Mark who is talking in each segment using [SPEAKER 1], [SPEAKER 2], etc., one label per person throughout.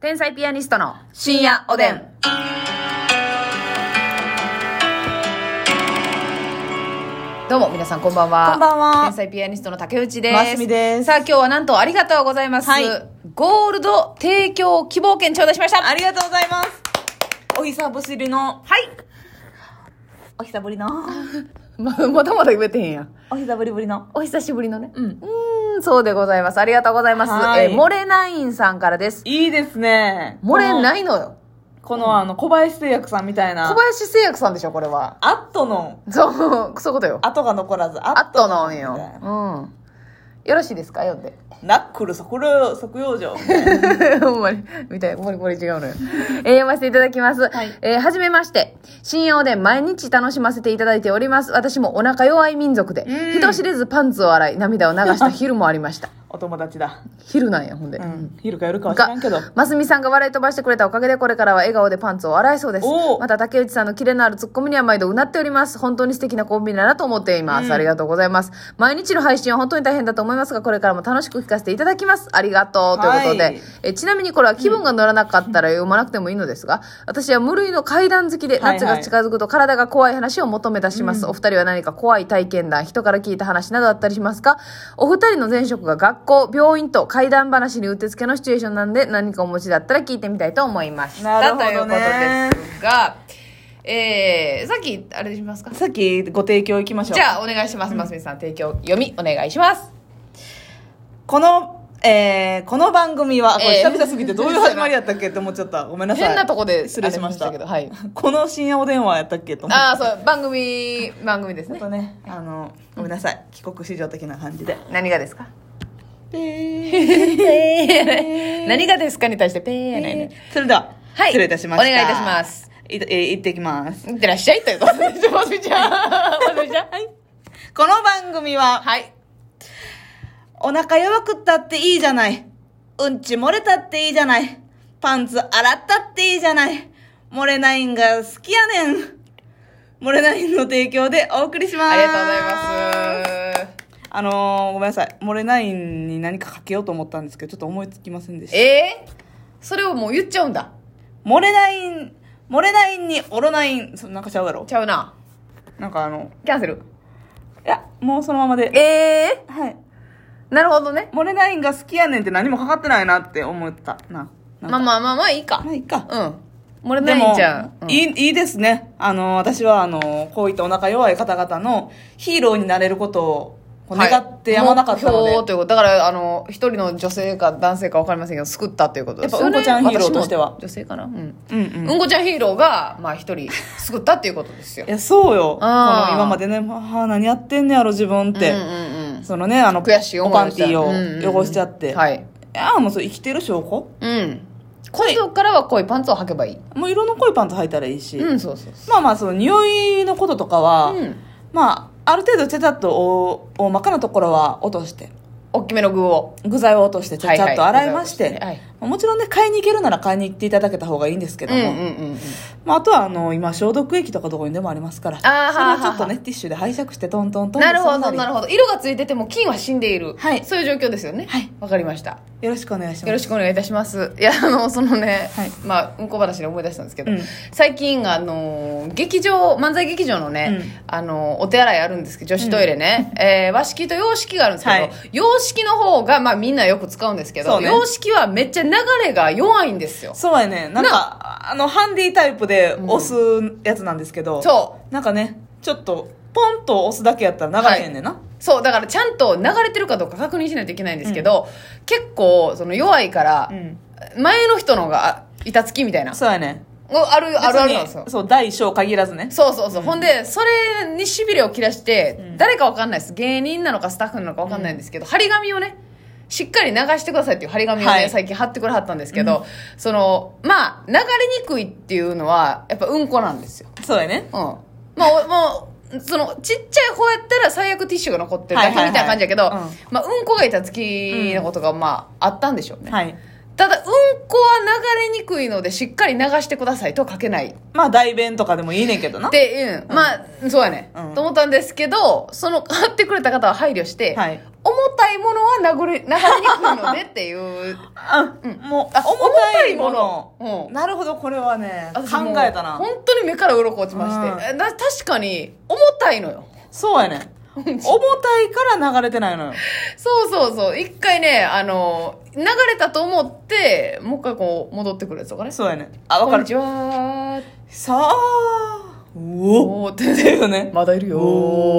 [SPEAKER 1] 天才ピアニストの
[SPEAKER 2] 深夜おでん。
[SPEAKER 1] どうも皆さんこんばんは
[SPEAKER 2] こんばんは
[SPEAKER 1] 天才ピアニストの竹内です
[SPEAKER 2] ますみです
[SPEAKER 1] さあ今日はなんとありがとうございます、
[SPEAKER 2] はい
[SPEAKER 1] ゴールド提供希望券頂戴しました
[SPEAKER 2] ありがとうございます。お久ぶりの、
[SPEAKER 1] はい
[SPEAKER 2] お久ぶりの、
[SPEAKER 1] ままだまだ言えてへんやん
[SPEAKER 2] お久ぶりぶりの。
[SPEAKER 1] お久しぶりのね
[SPEAKER 2] うん
[SPEAKER 1] うーんそうでございますありがとうございます
[SPEAKER 2] はい
[SPEAKER 1] えー、モレナインさんからです
[SPEAKER 2] いいですね。
[SPEAKER 1] モレ
[SPEAKER 2] い。
[SPEAKER 1] ないのよ
[SPEAKER 2] この、あの、小林製薬さんみたいな。
[SPEAKER 1] 小林製薬さんでしょこれは
[SPEAKER 2] アットの、
[SPEAKER 1] そうそういうことよ
[SPEAKER 2] 後が残らず、ア
[SPEAKER 1] あっとなん
[SPEAKER 2] みたい
[SPEAKER 1] よ
[SPEAKER 2] な
[SPEAKER 1] うんよろしいですか読んで
[SPEAKER 2] ナックル、そこら、即用状。
[SPEAKER 1] ほんまに。みたいな。これ、これ違うのよ。 えー読ませていただきます。
[SPEAKER 2] はい
[SPEAKER 1] えーはじめまして。深夜おでん毎日楽しませていただいております。私もお腹弱い民族で、
[SPEAKER 2] うん
[SPEAKER 1] 人知れずパンツを洗い、涙を流した昼もありました。
[SPEAKER 2] お友達だ。
[SPEAKER 1] 昼なんや、ほんで。
[SPEAKER 2] うん。昼か夜かは知らんけど。
[SPEAKER 1] ますみさんが笑い飛ばしてくれたおかげでこれからは笑顔でパンツを洗えそうです
[SPEAKER 2] おう
[SPEAKER 1] また竹内さんのキレのあるツッコミには毎度うなっております本当に素敵なコンビだなと思っています、ありがとうございます毎日の配信は本当に大変だと思いますがこれからも楽しく聞かせていただきますありがとうということで、
[SPEAKER 2] はい
[SPEAKER 1] えちなみにこれは気分が乗らなかったら読まなくてもいいのですが、私は無類の階段好きで
[SPEAKER 2] はいはい
[SPEAKER 1] 夏が近づくと体が怖い話を求め出します、お二人は何か怖い体験談人から聞いた話などあったりしますかお二人の前職が学校病院と怪談話にうってつけのシチュエーションなんで何かお持ちだったら聞いてみたいと思いました
[SPEAKER 2] なるほどね
[SPEAKER 1] ということですがえー、さっきあれしますか
[SPEAKER 2] さっきご提供いきましょう。
[SPEAKER 1] じゃあお願いしますますみさん提供読みお願いします
[SPEAKER 2] この、えー、この番組は、これ
[SPEAKER 1] えー
[SPEAKER 2] 久々すぎてどういう始まりやったっけって思っちゃった。ごめんなさい。
[SPEAKER 1] 変なとこで
[SPEAKER 2] 失礼しまし
[SPEAKER 1] あ
[SPEAKER 2] た
[SPEAKER 1] れけど はい
[SPEAKER 2] この深夜お電話やったっけと思って。
[SPEAKER 1] ああそう番組番組です
[SPEAKER 2] ちょっ
[SPEAKER 1] ね
[SPEAKER 2] とね、あの、ごめんなさい。帰国史上的な感じで。
[SPEAKER 1] 何がですか
[SPEAKER 2] え
[SPEAKER 1] 何がですかに対してペーやないね。
[SPEAKER 2] それでは、
[SPEAKER 1] はい
[SPEAKER 2] 失礼いたしました。
[SPEAKER 1] お願いいたします
[SPEAKER 2] い。えー行ってきます。
[SPEAKER 1] いってらっしゃいということで、まずみちゃん。まずみちゃん。はい。
[SPEAKER 2] この番組は、
[SPEAKER 1] はい。
[SPEAKER 2] お腹弱くったっていいじゃない。うんち漏れたっていいじゃない。パンツ洗ったっていいじゃない。漏れないんが好きやねん。漏れないんの提供でお送りしま
[SPEAKER 1] あ
[SPEAKER 2] す。
[SPEAKER 1] りがとうございます。
[SPEAKER 2] す。あのー、ごめんなさい。漏れないんに何かかけようと思ったんですけど、ちょっと思いつきませんでした。
[SPEAKER 1] えー、それをもう言っちゃうんだ。
[SPEAKER 2] 漏れないん、漏れないんにおろないん、そなんかちゃうやろ
[SPEAKER 1] ちゃうな。
[SPEAKER 2] なんかあの、
[SPEAKER 1] キャンセル。
[SPEAKER 2] いや、もうそのままで。
[SPEAKER 1] え
[SPEAKER 2] はい。
[SPEAKER 1] ー、なるほどね。
[SPEAKER 2] 漏れないんが好きやねんって何もかかってないなって思ったな。
[SPEAKER 1] まあまあまあまあ、いいか
[SPEAKER 2] あ。まあいいか。
[SPEAKER 1] うん。漏れないんじゃん。うん
[SPEAKER 2] いい、いいですね。あの、私は、あの、こういったお腹弱い方々のヒーローになれることをこう願ってやまなかったの
[SPEAKER 1] はい
[SPEAKER 2] で、
[SPEAKER 1] 目標ということだからあの一人の女性か男性か分かりませんけど救ったということですよね
[SPEAKER 2] やっぱうんこちゃんヒーローとしては
[SPEAKER 1] 私も女性かなうん、
[SPEAKER 2] うん
[SPEAKER 1] う、
[SPEAKER 2] うんん。
[SPEAKER 1] こちゃんヒーローがまあ一人救ったっていうことですよ
[SPEAKER 2] いや、そうよ。この
[SPEAKER 1] あー
[SPEAKER 2] 今までね、はあ、何やってんねやろ、自分って。
[SPEAKER 1] うんうんうん
[SPEAKER 2] そのね、あの、
[SPEAKER 1] 悔しい思
[SPEAKER 2] お
[SPEAKER 1] いを
[SPEAKER 2] パ
[SPEAKER 1] し
[SPEAKER 2] ン
[SPEAKER 1] た
[SPEAKER 2] ティ
[SPEAKER 1] うんう
[SPEAKER 2] ー
[SPEAKER 1] ん
[SPEAKER 2] を汚しちゃって。。
[SPEAKER 1] はいい
[SPEAKER 2] や、もうそう、生きてる証拠
[SPEAKER 1] うん今度からは濃いパンツを履けばいい
[SPEAKER 2] もう色の濃いパンツ履いたらいいし。
[SPEAKER 1] うんそうそうそ
[SPEAKER 2] まあまあ、その、匂いのこととかは、
[SPEAKER 1] ううん
[SPEAKER 2] まあ、ある程度ちゃちゃっと大大まかなところは落として、
[SPEAKER 1] 大きめの具を
[SPEAKER 2] 具材を落としてちゃちゃっと
[SPEAKER 1] はいはい
[SPEAKER 2] 洗いまして、
[SPEAKER 1] 具材を落としてね
[SPEAKER 2] もちろんね、買いに行けるなら買いに行っていただけた方がいいんですけども、
[SPEAKER 1] うん
[SPEAKER 2] まあ、あとはあの、今、消毒液とかどこにでもありますから、
[SPEAKER 1] あー
[SPEAKER 2] それ
[SPEAKER 1] はーは
[SPEAKER 2] を
[SPEAKER 1] ー
[SPEAKER 2] ちょっとね、ティッシュで拝借してトントントン
[SPEAKER 1] なるほどなる
[SPEAKER 2] ほ
[SPEAKER 1] ほど色がついてても菌は死んでいる
[SPEAKER 2] はい
[SPEAKER 1] そういう状況ですよね
[SPEAKER 2] はい
[SPEAKER 1] わかりました
[SPEAKER 2] ど。よろしくお願いします。
[SPEAKER 1] よろしくお願いいたします。いや、あの、そのね、
[SPEAKER 2] はい
[SPEAKER 1] まあ、うんこ話で思い出したんですけど、
[SPEAKER 2] うん
[SPEAKER 1] 最近、あの、劇場、漫才劇場のね、あの、お手洗いあるんですけど、女子トイレね、えー和式と洋式があるんですけど、
[SPEAKER 2] はい
[SPEAKER 1] 洋式の方が、まあ、みんなよく使うんですけ
[SPEAKER 2] そ
[SPEAKER 1] ど、
[SPEAKER 2] うね
[SPEAKER 1] 洋式はめっちゃ流れが弱いんですよ。
[SPEAKER 2] そうやね、なんか、あの、ハンディタイプで押すやつなんですけど、
[SPEAKER 1] そう。
[SPEAKER 2] なんかね、ちょっと、ポンと押すだけやったら流れへんねんな。
[SPEAKER 1] そう、だからちゃんと流れてるかどうか確認しないといけないんですけど、結構、その弱いから
[SPEAKER 2] う、ん。
[SPEAKER 1] 前の人のが、板つきみたいな。
[SPEAKER 2] そうやね。
[SPEAKER 1] ある、あるあるなんですよ
[SPEAKER 2] 別に。そう、大小限らずね。
[SPEAKER 1] そうそうそう、ほんでそれにしびれを切らして、誰かわかんないです芸人なのかスタッフなのかわかんないんですけど、張り紙をねしっかり流してくださいっていう張り紙をね、
[SPEAKER 2] はい
[SPEAKER 1] 最近貼ってくれはったんですけど、そのまあ流れにくいっていうのはやっぱうんこなんですよ
[SPEAKER 2] そうやね。
[SPEAKER 1] うんまあおもうそのちっちゃい方やったら最悪ティッシュが残ってるだけみ
[SPEAKER 2] はいはいはい
[SPEAKER 1] たいな感じやけど、
[SPEAKER 2] うん
[SPEAKER 1] まあ、うんこがいたつきのことがまああったんでしょうね、
[SPEAKER 2] はい。
[SPEAKER 1] ただうんこは流れにくいのでしっかり流してくださいとは書けない
[SPEAKER 2] まあ、代弁とかでもいいねんけどな。
[SPEAKER 1] で、うん、まあ、そうやね、
[SPEAKER 2] うん
[SPEAKER 1] と思ったんですけど、その、買ってくれた方は配慮して、
[SPEAKER 2] はい
[SPEAKER 1] 重たいものは殴れ、流れにくいのでっていう。
[SPEAKER 2] あ、もう、あ
[SPEAKER 1] あ重たいいものうん
[SPEAKER 2] なるほど、これはね、
[SPEAKER 1] 私も
[SPEAKER 2] 考
[SPEAKER 1] う
[SPEAKER 2] えたな。
[SPEAKER 1] 本当に目から鱗落ちまして、えな確かに重たいのよ
[SPEAKER 2] そうやね。重たいから流れてないのよ。
[SPEAKER 1] そうそうそう一回ねあの流れたと思ってもう一回こう戻ってくるやつとかね
[SPEAKER 2] そうやね。あ、わ
[SPEAKER 1] こ
[SPEAKER 2] か
[SPEAKER 1] んに
[SPEAKER 2] る。
[SPEAKER 1] ちは
[SPEAKER 2] さあ、おお
[SPEAKER 1] おーっ
[SPEAKER 2] 出てるよね。
[SPEAKER 1] まだいるよ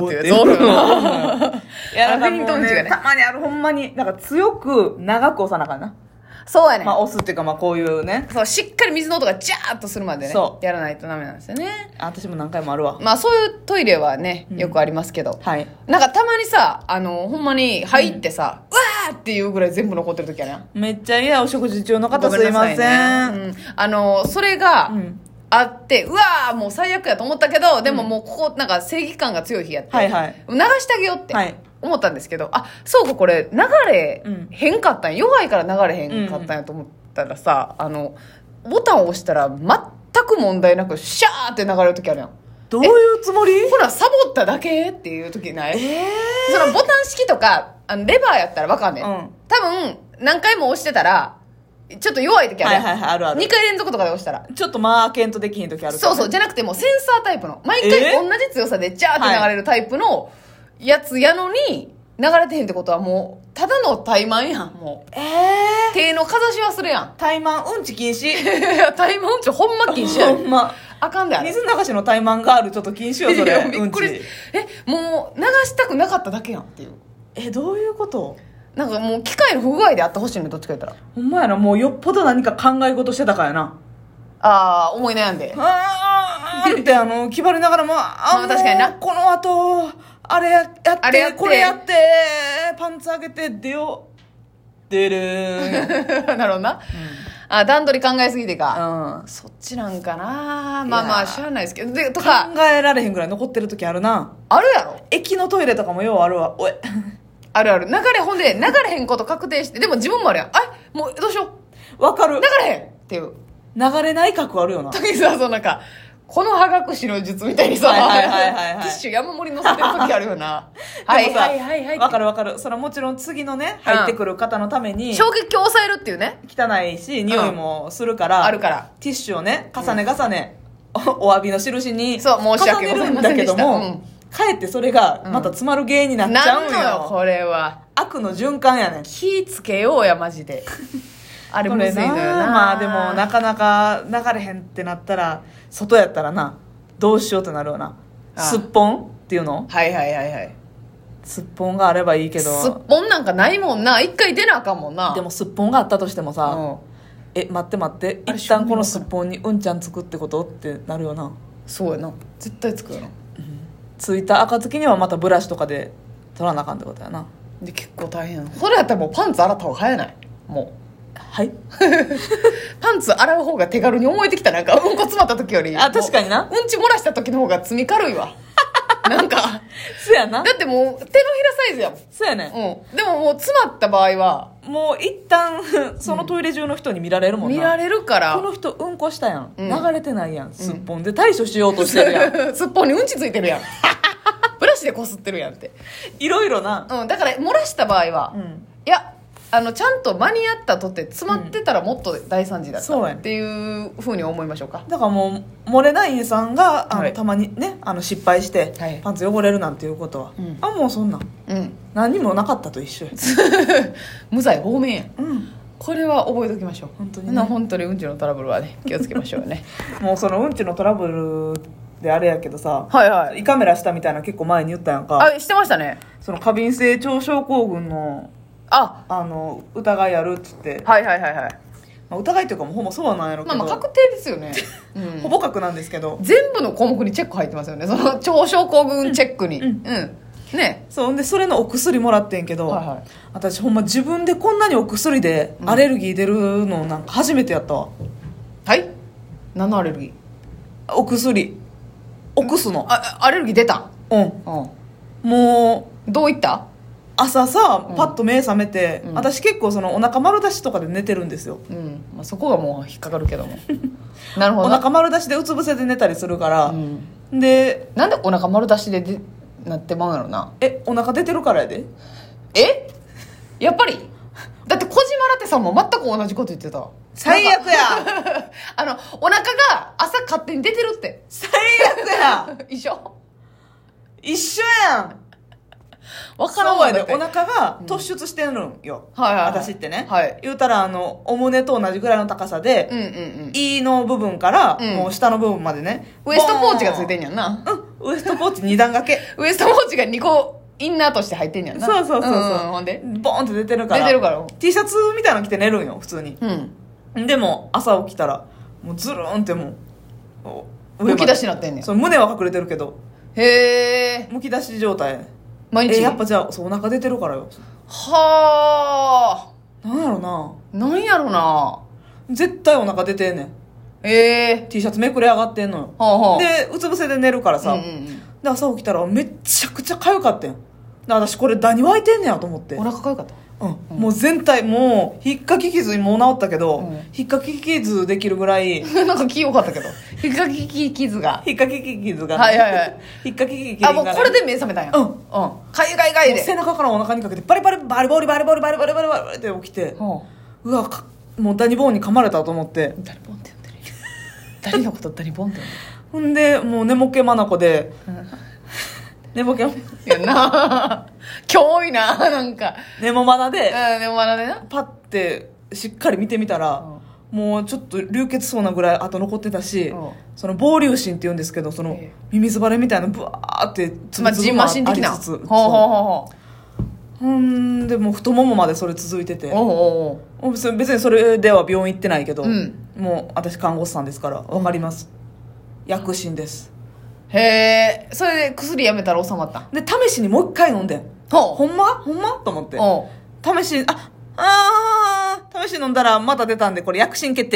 [SPEAKER 1] ーっていうやつ
[SPEAKER 2] お
[SPEAKER 1] おる
[SPEAKER 2] ー
[SPEAKER 1] よな
[SPEAKER 2] いや、なんか
[SPEAKER 1] アルフィ
[SPEAKER 2] も
[SPEAKER 1] ント
[SPEAKER 2] う
[SPEAKER 1] ンチが
[SPEAKER 2] ね、
[SPEAKER 1] ね
[SPEAKER 2] たまにある、ほんまに、なんか強く長く押さなあかんな。
[SPEAKER 1] そうやね、
[SPEAKER 2] まあ、押すっていうか、まあ、こういうね。
[SPEAKER 1] そうしっかり水の音がジャーッとするまでね
[SPEAKER 2] そう
[SPEAKER 1] やらないとダメなんですよね
[SPEAKER 2] あ私も何回もあるわ。
[SPEAKER 1] まあそういうトイレはねよくありますけど、
[SPEAKER 2] はい。
[SPEAKER 1] なんかたまにさあのほんまに入ってさ、うわーっていうぐらい全部残ってる時あるやん
[SPEAKER 2] めっちゃ嫌、お食事中の方
[SPEAKER 1] ごめ
[SPEAKER 2] す
[SPEAKER 1] な
[SPEAKER 2] いま
[SPEAKER 1] さ
[SPEAKER 2] せ
[SPEAKER 1] ねう
[SPEAKER 2] ん。
[SPEAKER 1] んあのそれが、
[SPEAKER 2] うん
[SPEAKER 1] あってうわーもう最悪やと思ったけどでももうここなんか正義感が強い日やって、
[SPEAKER 2] はいはい
[SPEAKER 1] 流してあげようって
[SPEAKER 2] はい
[SPEAKER 1] 思ったんですけど、あそうかこれ流れ
[SPEAKER 2] うん
[SPEAKER 1] へんかったんや弱いから流れへんかったんやと思ったらさ、あのボタンを押したら全く問題なくシャーって流れる時あるやん
[SPEAKER 2] どういうつもり
[SPEAKER 1] ほらサボっただけっていう時ない
[SPEAKER 2] え
[SPEAKER 1] そのボタン式とか、あのレバーやったらわかんねん。
[SPEAKER 2] うん
[SPEAKER 1] 多分、何回も押してたら、ちょっと弱い時あるやん。
[SPEAKER 2] はいはいはいあるある
[SPEAKER 1] 2回連続とかで押したら。
[SPEAKER 2] ーちょっとマーケントできひん時あるから
[SPEAKER 1] そうそう、じゃなくてもうセンサータイプの。毎回
[SPEAKER 2] え
[SPEAKER 1] 同じ強さでジャーって流れるタイプのやつやのに、流れてへんってことはもう、ただの怠慢やん、も
[SPEAKER 2] え
[SPEAKER 1] う。手のかざしはするやん。
[SPEAKER 2] ー、怠慢うんち禁止
[SPEAKER 1] いや怠慢ちょ、ほんま 禁止や
[SPEAKER 2] ほ
[SPEAKER 1] ん。
[SPEAKER 2] んま
[SPEAKER 1] あかんであれ。
[SPEAKER 2] 水流しの怠慢ガールちょっと禁止よそ
[SPEAKER 1] いや
[SPEAKER 2] れ
[SPEAKER 1] びっく
[SPEAKER 2] うん
[SPEAKER 1] り
[SPEAKER 2] ち。
[SPEAKER 1] え、もう流したくなかっただけやんっていう。
[SPEAKER 2] えどういうこと
[SPEAKER 1] なんかもう機械の不具合であってほしいの、どっちか言ったら。
[SPEAKER 2] ほんまやなもうよっぽど何か考え事してたからやな
[SPEAKER 1] ああ、思い悩んで。
[SPEAKER 2] あーってあの気張りながらもあ
[SPEAKER 1] まあ確かにな
[SPEAKER 2] もうこの後あれやって
[SPEAKER 1] あれやって
[SPEAKER 2] これやってパンツ上げて出よう出 るー ん
[SPEAKER 1] なるほどな。あ、段取り考えすぎてか。
[SPEAKER 2] うん
[SPEAKER 1] そっちなんかなまあま
[SPEAKER 2] いや
[SPEAKER 1] あ、
[SPEAKER 2] ー
[SPEAKER 1] 知らないですけど。で、とか、
[SPEAKER 2] 考えられへんぐらい残ってる時あるな
[SPEAKER 1] あるやろ
[SPEAKER 2] 駅のトイレとかもようあるわおい
[SPEAKER 1] あるある。流れ、ほんで、流れへんこと確定して、でも自分もあるやん。あもう、どうしよう。
[SPEAKER 2] わかる
[SPEAKER 1] 流れへんっていう。
[SPEAKER 2] 流れない角あるよな
[SPEAKER 1] 時にさ、そのなんか、この歯隠しの術みたいにさ、
[SPEAKER 2] はいはいはいはいは
[SPEAKER 1] テ
[SPEAKER 2] い
[SPEAKER 1] ィッシュ山盛り乗せてる時あるよ な。はいはいはいはい。
[SPEAKER 2] わかるわかるそれはもちろん次のね入ってくる方のために
[SPEAKER 1] 衝撃を抑えるっていうね。
[SPEAKER 2] 汚いし匂いもするから、
[SPEAKER 1] あるから
[SPEAKER 2] ティッシュをね重ね重ね、 おお詫びの印に
[SPEAKER 1] そう申し訳ございませんでした
[SPEAKER 2] 重ねるんだけども、かえってそれがまた詰まる原因になっちゃ
[SPEAKER 1] な
[SPEAKER 2] うんん
[SPEAKER 1] のよ、
[SPEAKER 2] よ、
[SPEAKER 1] これは。
[SPEAKER 2] 悪の循環やねん
[SPEAKER 1] 気ぃつけようやマジ であれ
[SPEAKER 2] こ
[SPEAKER 1] むず
[SPEAKER 2] れ
[SPEAKER 1] いの
[SPEAKER 2] な
[SPEAKER 1] よな
[SPEAKER 2] まあでもなかなか流れへんってなったら外やったらなどうしようってなるよな
[SPEAKER 1] あ
[SPEAKER 2] すっぽんっていうの
[SPEAKER 1] はいはいはいはい
[SPEAKER 2] すっぽんがあればいいけど
[SPEAKER 1] すっぽんなんかないもんな一回出なあかんもんな
[SPEAKER 2] でもすっぽんがあったとしても
[SPEAKER 1] う
[SPEAKER 2] さ、
[SPEAKER 1] ん
[SPEAKER 2] え待って待って
[SPEAKER 1] あれ
[SPEAKER 2] 一旦このすっぽんにうんちゃんつくってことってなるよな
[SPEAKER 1] そうやな絶対つくよな
[SPEAKER 2] ついた暁にはまたブラシとかで取らなあかんってことやな
[SPEAKER 1] で結構大変それやったらもうパンツ洗った方が早ないも
[SPEAKER 2] はいう
[SPEAKER 1] パンツ洗う方が手軽に思えてきた なんかうんこ詰まった時より
[SPEAKER 2] あ確かにな
[SPEAKER 1] もううんち漏らした時の方が積み軽い わなんか
[SPEAKER 2] そやな
[SPEAKER 1] だってもう手のひらサイズやもん
[SPEAKER 2] そやねん
[SPEAKER 1] うん、でももう詰まった場合は
[SPEAKER 2] もう一旦 そのトイレ中の人に見られるもんな、
[SPEAKER 1] 見られるから
[SPEAKER 2] この人うんこしたやん、
[SPEAKER 1] うん
[SPEAKER 2] 流れてないやんすっぽんで対処しようとして るやん、
[SPEAKER 1] すっぽんにうんちついてる やんブラシでこすってるやんって、
[SPEAKER 2] いろいろな
[SPEAKER 1] うん、だから漏らした場合は、
[SPEAKER 2] う
[SPEAKER 1] い
[SPEAKER 2] ん
[SPEAKER 1] やあのちゃんと間に合ったとって詰まってたらもっと大惨事だっ
[SPEAKER 2] そう
[SPEAKER 1] た
[SPEAKER 2] やね
[SPEAKER 1] っていうふうに思いましょうか、
[SPEAKER 2] だからもう漏れないさんがあの、
[SPEAKER 1] はい
[SPEAKER 2] たまにねあの失敗して、
[SPEAKER 1] はい
[SPEAKER 2] パンツ汚れるなんていうことは、
[SPEAKER 1] うん
[SPEAKER 2] あもうそんなん
[SPEAKER 1] うん、
[SPEAKER 2] 何にもなかったと一緒や、
[SPEAKER 1] 無罪方面やん
[SPEAKER 2] うん、
[SPEAKER 1] これは覚えておきましょう
[SPEAKER 2] 本当にね
[SPEAKER 1] な本当にうんちのトラブルはね気をつけましょう ね
[SPEAKER 2] もうそのうんちのトラブルであれやけどさ、
[SPEAKER 1] はいはい
[SPEAKER 2] 胃カメラしたみたいなの結構前に言ったやんか
[SPEAKER 1] あしてましたね
[SPEAKER 2] その過敏性腸症候群の
[SPEAKER 1] あ
[SPEAKER 2] あの疑いあるっつって、
[SPEAKER 1] はいはいはいはい
[SPEAKER 2] まあ、疑いというかもうほぼそうなんやろう
[SPEAKER 1] ま
[SPEAKER 2] け
[SPEAKER 1] あ
[SPEAKER 2] ど、
[SPEAKER 1] まあ確定ですよ ね、う
[SPEAKER 2] ほ
[SPEAKER 1] ん、
[SPEAKER 2] ぼ確なんですけど
[SPEAKER 1] 全部の項目にチェック入ってますよねその腸症候群チェックにうん、ね
[SPEAKER 2] そうんでそれのお薬もらってんけど、
[SPEAKER 1] はいはい
[SPEAKER 2] 私ほんま自分でこんなにお薬でアレルギー出るのなんか初めてやったわ
[SPEAKER 1] はい何のアレルギー
[SPEAKER 2] お薬おくすの
[SPEAKER 1] あアレルギー出た
[SPEAKER 2] うん
[SPEAKER 1] う
[SPEAKER 2] もうん
[SPEAKER 1] どういった
[SPEAKER 2] 朝さパッと目覚めて、
[SPEAKER 1] うん
[SPEAKER 2] 私結構そのお腹丸出しとかで寝てるんですよ
[SPEAKER 1] うん、まあ、そこがもう引っかかるけど もなるほ
[SPEAKER 2] お
[SPEAKER 1] どな
[SPEAKER 2] 腹丸出しでうつ伏せで寝たりするから、
[SPEAKER 1] うん、
[SPEAKER 2] で
[SPEAKER 1] なんでお腹丸出しででなってまうんやろな
[SPEAKER 2] えお腹出てるからやで
[SPEAKER 1] えやっぱりだって小島ラテさんも全く同じこと言ってた
[SPEAKER 2] 最悪や
[SPEAKER 1] あの、お腹が朝勝手に出てるって。
[SPEAKER 2] 最悪や
[SPEAKER 1] 一緒
[SPEAKER 2] 一緒やん
[SPEAKER 1] わからん
[SPEAKER 2] そう
[SPEAKER 1] わ
[SPEAKER 2] やで、
[SPEAKER 1] だって
[SPEAKER 2] お腹が突出してるのよ。
[SPEAKER 1] はいはいはい
[SPEAKER 2] 私ってね。
[SPEAKER 1] はい
[SPEAKER 2] 言うたら、あの、お胸と同じぐらいの高さ
[SPEAKER 1] う
[SPEAKER 2] で、
[SPEAKER 1] んうんうん。
[SPEAKER 2] E の部分から、
[SPEAKER 1] うん
[SPEAKER 2] もう下の部分までね。
[SPEAKER 1] ウエストポーチがついてん
[SPEAKER 2] ん
[SPEAKER 1] やんな。
[SPEAKER 2] うん、ウエストポーチ二段掛け。
[SPEAKER 1] ウエストポーチが2個インナーとして入ってんやんな。
[SPEAKER 2] そうそうそうそう。
[SPEAKER 1] んんほんで。
[SPEAKER 2] ボーンって出てるから。
[SPEAKER 1] 出てるから
[SPEAKER 2] T シャツみたいなの着て寝るんよ、普通に。
[SPEAKER 1] うん。
[SPEAKER 2] でも、朝起きたら、もうズルーンってもうお、
[SPEAKER 1] むき出しに
[SPEAKER 2] な
[SPEAKER 1] なってんねん。
[SPEAKER 2] そう、胸は隠れてるけど、
[SPEAKER 1] へえ。
[SPEAKER 2] むき出し状態。
[SPEAKER 1] 毎
[SPEAKER 2] え、
[SPEAKER 1] 日。
[SPEAKER 2] やっぱじゃあ、そう、お腹出てるからよ。
[SPEAKER 1] は
[SPEAKER 2] なんやろな。
[SPEAKER 1] あ。なんやろな。
[SPEAKER 2] 絶対お腹出てんねん。
[SPEAKER 1] ええ
[SPEAKER 2] T シャツめくれ上がってんのよ。
[SPEAKER 1] はあはあ。
[SPEAKER 2] で、うつ伏せで寝るからさ。
[SPEAKER 1] うんうん
[SPEAKER 2] で、朝起きたらめっちゃくちゃ痒かったんよ。で私これダニ湧いてんねやと思って。
[SPEAKER 1] うん、お腹かゆかった
[SPEAKER 2] うん、もう全体、もう、ひっかき傷にもう治ったけど、
[SPEAKER 1] うん
[SPEAKER 2] ひっかき傷できるぐらい、
[SPEAKER 1] なんか気良かったけど。引っかき傷が。
[SPEAKER 2] ひっかき傷が、
[SPEAKER 1] はいはいはい。
[SPEAKER 2] ひっかき傷が、
[SPEAKER 1] あ、もうこれで目覚めたんや。
[SPEAKER 2] うん
[SPEAKER 1] うん。かゆかゆかゆ
[SPEAKER 2] もう背
[SPEAKER 1] で。
[SPEAKER 2] 中からお腹にかけて、バリバリバリバリバリバリバリバリバリバリって起きて、
[SPEAKER 1] ほ
[SPEAKER 2] うわ、かもうダニボーンに噛まれたと思って
[SPEAKER 1] う。。誰ボンって呼んでる。誰のこと誰ボンって
[SPEAKER 2] ほんで、もう寝ぼけまなこで、
[SPEAKER 1] 呼んでる。
[SPEAKER 2] 寝ぼけ、
[SPEAKER 1] やんな。今日多いな、なんか。
[SPEAKER 2] 寝もまな
[SPEAKER 1] う
[SPEAKER 2] で、
[SPEAKER 1] ん、でもまだねな。
[SPEAKER 2] パッてしっかり見てみたら、もうちょっと流血そうなぐらいあと残ってたし、
[SPEAKER 1] うん
[SPEAKER 2] その防流疹って言うんですけどその
[SPEAKER 1] ええ
[SPEAKER 2] ミミズバレみたいなブワーってつ
[SPEAKER 1] まあ、ジンマシン的な。
[SPEAKER 2] あ
[SPEAKER 1] ほ
[SPEAKER 2] りつ
[SPEAKER 1] う
[SPEAKER 2] つ
[SPEAKER 1] ほうほうほう。
[SPEAKER 2] そうほんでもう太ももまでそれ続いてて
[SPEAKER 1] おうおうおう
[SPEAKER 2] もう別に別にそれでは病院行ってないけど、
[SPEAKER 1] うん
[SPEAKER 2] もう私看護師さんですから分かります、薬疹です
[SPEAKER 1] へえ、それで薬やめたら収まったん。
[SPEAKER 2] で試しにもう一回飲んでん
[SPEAKER 1] ほ
[SPEAKER 2] ほんまほんまと思って
[SPEAKER 1] おう。
[SPEAKER 2] 試しにああー試しに飲んだらまた出たんでこれ薬疹決定